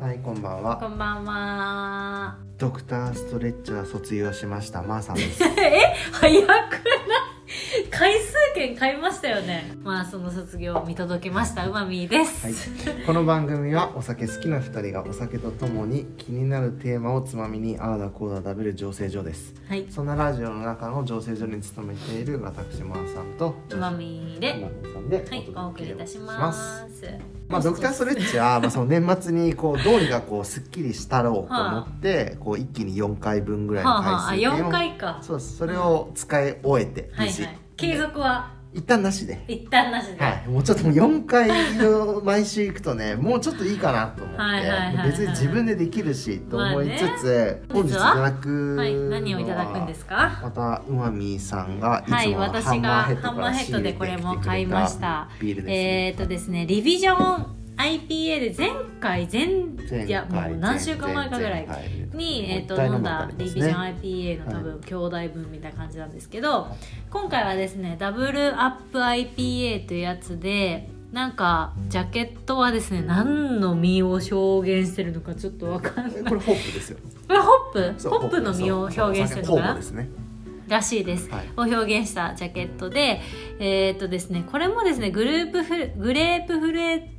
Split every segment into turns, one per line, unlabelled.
はい、こんばんは。
こんばんは。
ドクターストレッチャー卒業しました。まーさんです。
早くない回数券買いましたよね。まあ、その卒業を見届けました、うまみーです。
はい、この番組はお酒好きな2人がお酒とともに気になるテーマをつまみにああだこうだ食べる醸成所です
はい、
そんなラジオの中の醸成所に勤めている私まーさんと
うまみー
うま
で。
みさんで
はい、お送りいたし
お届けを
ます。
まあ、ドクターストレッチ は、まあ、その年末にこうどうにかこうすっきりしたろうと思って、こう一気に4回分ぐらい
は
の
あ、はあ、あ、
回数券を
四回か。
そうですそれを使い終えて
はい、
無事
はい。継続は
一旦なしで
一旦なしで。
はい、もうちょっともう4回の毎週行くとねもうちょっといいかなと思って
はいはいはいはい
別に自分でできるしと思いつつ、本
まあね
日いただくのは、
はい、何をいただくんですか。
またうまみーさんがいつも
はい私が
ハンマーヘッドから
ハンマーヘッドでこれも買いました
仕入れてきてくれたビールですね、
えっ、ー、とですね、リビジョン IPA で前回前いや
前回
もう何週間前かぐらいに、えー、と飲んだリビジョン IPA の多分兄弟分みたいな感じなんですけど、今回はですねダブルアップ IPA というやつでなんかジャケットはですね何の実を表現してるのかちょっとわかんない
えこれホップですよ
これホップ
そう
ホップの実を表現し
そうお
てるのか
酒酵母
な
ですね
らしいです、
はい
を表現したジャケットでえーっとですねこれもですねグループフルグレープフルー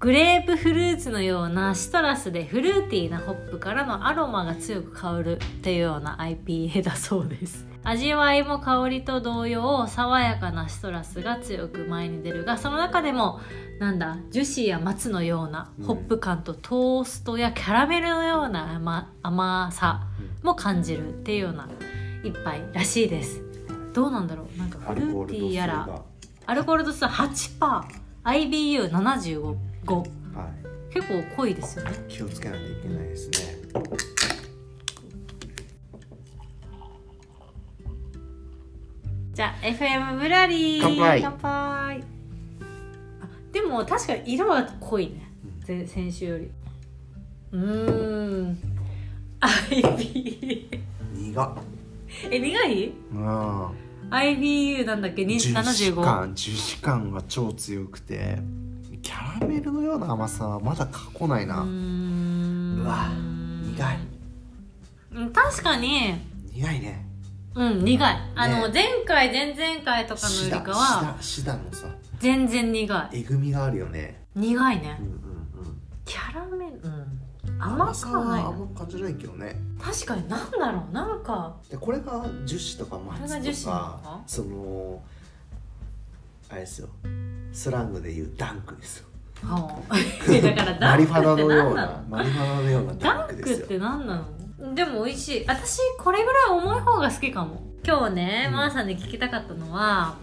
グレープフルーツのようなシトラスでフルーティーなホップからのアロマが強く香るっていうような IPA だそうです味わいも香りと同様爽やかなシトラスが強く前に出るがその中でもなんだジュシーや松のようなホップ感とトーストやキャラメルのような甘甘さも感じるっていうような一杯らしいですどうなんだろうなんかフルーティーや
アルコール
ら
度
アルコール度数
数が
8%IBU75
はい
結構濃いですよね
気をつけないといけないですね
じゃあ FM ブラリー
乾杯
乾杯あでも確かに色は濃いね前先週よりうーん IBU
苦っ
え苦い
うん
IBU なんだっけ
ジューシ
75
感ジューシ感が超強くてキャラメルのような甘さはまだ過去ないうな、
ーん
うわ苦い
うん確かに
苦いね
うん苦いあの、
ね
前回前々回とかのよ
シ
り
ダ
かは
シダシダのさ
全然苦い
えぐみがあるよね
苦いね
うんうんうん
キャラメル、うん、甘さはない
甘
な
さはあんま感じないけどね
確かになんだろうなんか
でこれが樹脂とか
これが樹
松
脂
と
な
か
のか
そのあれですよスラングで言うダンクですよ
はあ だから
マ
ダ
リ
ン
フ
ク
ァナ
っ
のよう
て何な
な
の
マリファナのようなダ
ダ
ンク
ン
で
クっ
すよ
て何なのでも美味しい私これぐらい重い方が好きかも今日ね
うん
まー、さんに聞きたかったのは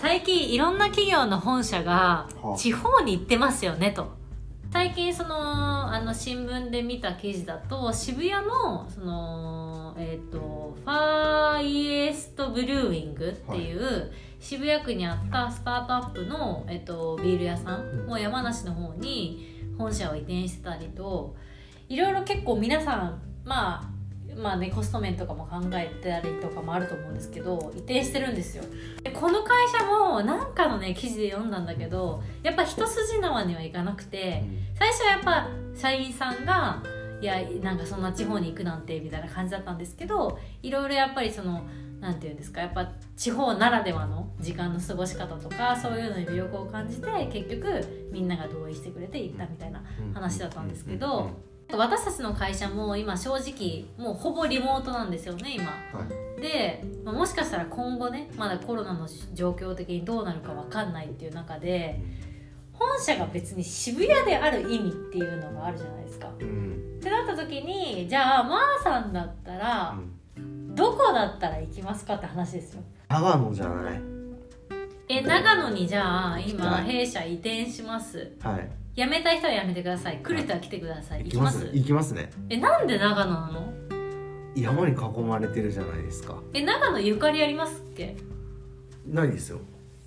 最近いろんな企業の本社が
はあ
地方に行ってますよねと最近そのあの新聞で見た記事だと渋谷のそのえっ、とファーイエストブルーウィングっていう、渋谷区にあったスタートアップの、えっと、ビール屋さんも山梨の方に本社を移転してたりといろいろ結構皆さんまあまあねコスト面とかも考えたりとかもあると思うんですけど移転してるんですよでこの会社もなんかのね記事で読んだんだけどやっぱ一筋縄にはいかなくて最初はやっぱ社員さんがいやなんかそんな地方に行くなんてみたいな感じだったんですけどいろいろやっぱりそのなんていうんですかやっぱ地方ならではの時間の過ごし方とかそういうのに魅力を感じて結局みんなが同意してくれて行ったみたいな
うん
話だったんです
う
け
んうん
ど私たちの会社も今正直もうほぼリモートなんですよね今。
うんはい
で、まあもしかしたら今後ねまだコロナの状況的にどうなるかわかんないっていう中で本社が別に渋谷である意味っていうのがあるじゃないですか。
うんうん
ってなった時にじゃあまーさんだったらどこだったら行きますかって話ですよ。
長野じゃない
え長野にじゃあ
行き
今
たい
弊社移転します
はい
辞めたい人は辞めてください来る人は来てください行きます
行きますね
えなんで長野なの
山に囲まれてるじゃないですか
え長野ゆかりありますっけ
ないですよ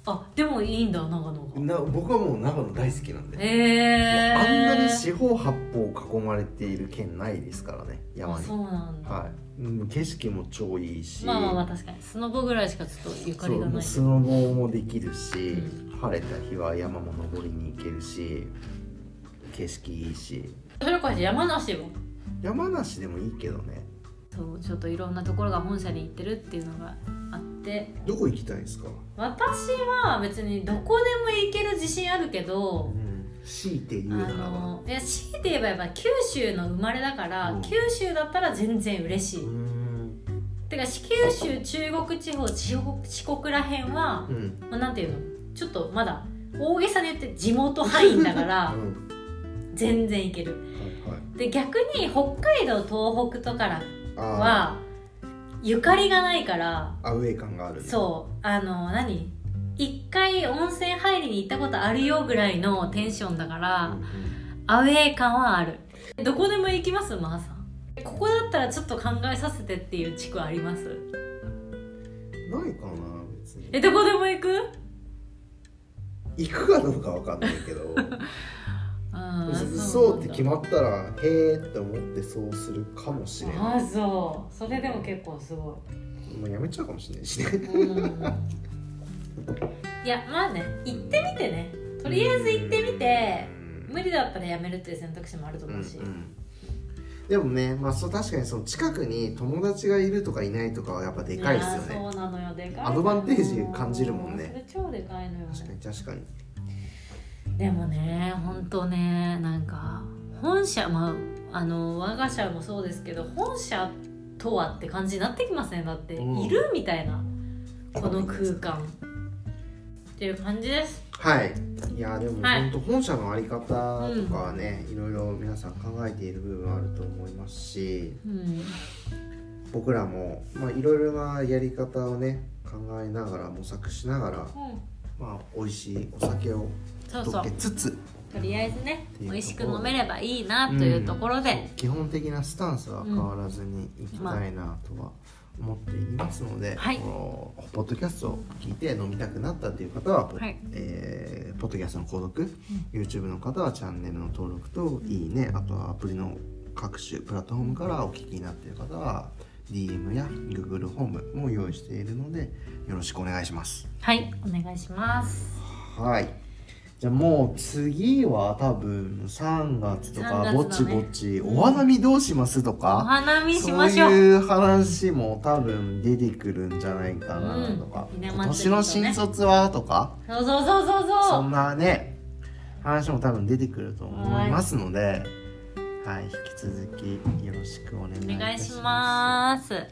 あでもいいんだ長野が
な僕はもう長野大好きなんで、
えー、
もうあんなに四方八方囲まれている県ないですからね山
あ
に
そうなんだ、
はいうん景色も超いいし
まあまあまあ確かにスノボぐらいしかちょっとゆかりが
そ
な
う
い
スノボもできるし、
う
晴れた日は山も登りに行けるし景色いいし
それこそ山梨も
山梨でもいいけどね
そうちょっといろんなところが本社に行ってるっていうのがあって
どこ行きたいですか、
私は別にどこでも行ける自信あるけど、
強いて言う
あ
ならば
のいや強いて言えばやっぱ九州の生まれだから、
うん
九州だったら全然嬉しい、
うん
てか九州中国地方四国四国らへんは、
うん
まあ、なんていうのちょっとまだ大げさに言って地元範囲だか
は
ら
い
全然行ける
はい
で逆に北海道東北とか
あ
ら
ー
はゆかりがないから
アウェー感がある
そうあの何一回温泉入りに行ったことあるよぐらいのテンションだか
うんう
ら、
ん
アウェー感はあるどこでも行きますマーさんここだったらちょっと考えさせてっていう地区あります
ないかな別に
えどこでも行く
行くかどうかわかんないけど
あ
そそうって決まったらへえって思ってそうするかもしれない
ああそうそれでも結構すご
もうやめちゃうかもしれないしね
い、いやまあね行ってみてねとりあえず行ってみて
うん
無理だったらやめるっていう選択肢もあると思うし、
うんうんでもね、まあ、そう確かにその近くに友達がいるとかいないとかはやっぱでかいですよ
やー
ね
そうなのよでかいのよ
アドバンテージ感じるもんね
それ超でかいのよ
確かに確かに
でもね本当ねなんか本社まああの我が社もそうですけど本社とはって感じになってきますねだって、
うん
いるみたいなこの空間っていう感じです
はいいやーでも
は
本
い
当本社のあり方とかはね、いろいろ皆さん考えている部分はあると思いますし
うん
僕らもまあいろいろなやり方をね考えながら模索しながら、まあ、美味しいお酒を
そうそ
届
う
けつつ
とりあえずね
っていうところ
美味しく飲めればいいなというところで、
基本的なスタンスは変わらずにいきたいなとは思っていますので、
はい
このポッドキャストを聞いて飲みたくなったという方は、ポ
はい
えーポッドキャストの購読、YouTube の方はチャンネルの登録といいねあとはアプリの各種プラットフォームからお聞きになっている方は DM や Google ホームも用意しているのでよろしくお願いします。
はいお願いします
はい。じゃあもう次は多分3月と
3月だ
か
ね
ぼちぼち、
うん
お花見どうしますと
お
か、
花見し
そう
ましょう
いう話も多分出てくるんじゃないかなとか、
うんひな祭りとね
今年の新卒はとか、
そうそうそうそう
そ
そ
んなね話も多分出てくると思いますので、はい、引き続きよろしくお願いいたします。
うお願いします
はい、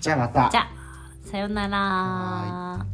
じゃあまた。
じゃあさようなら
は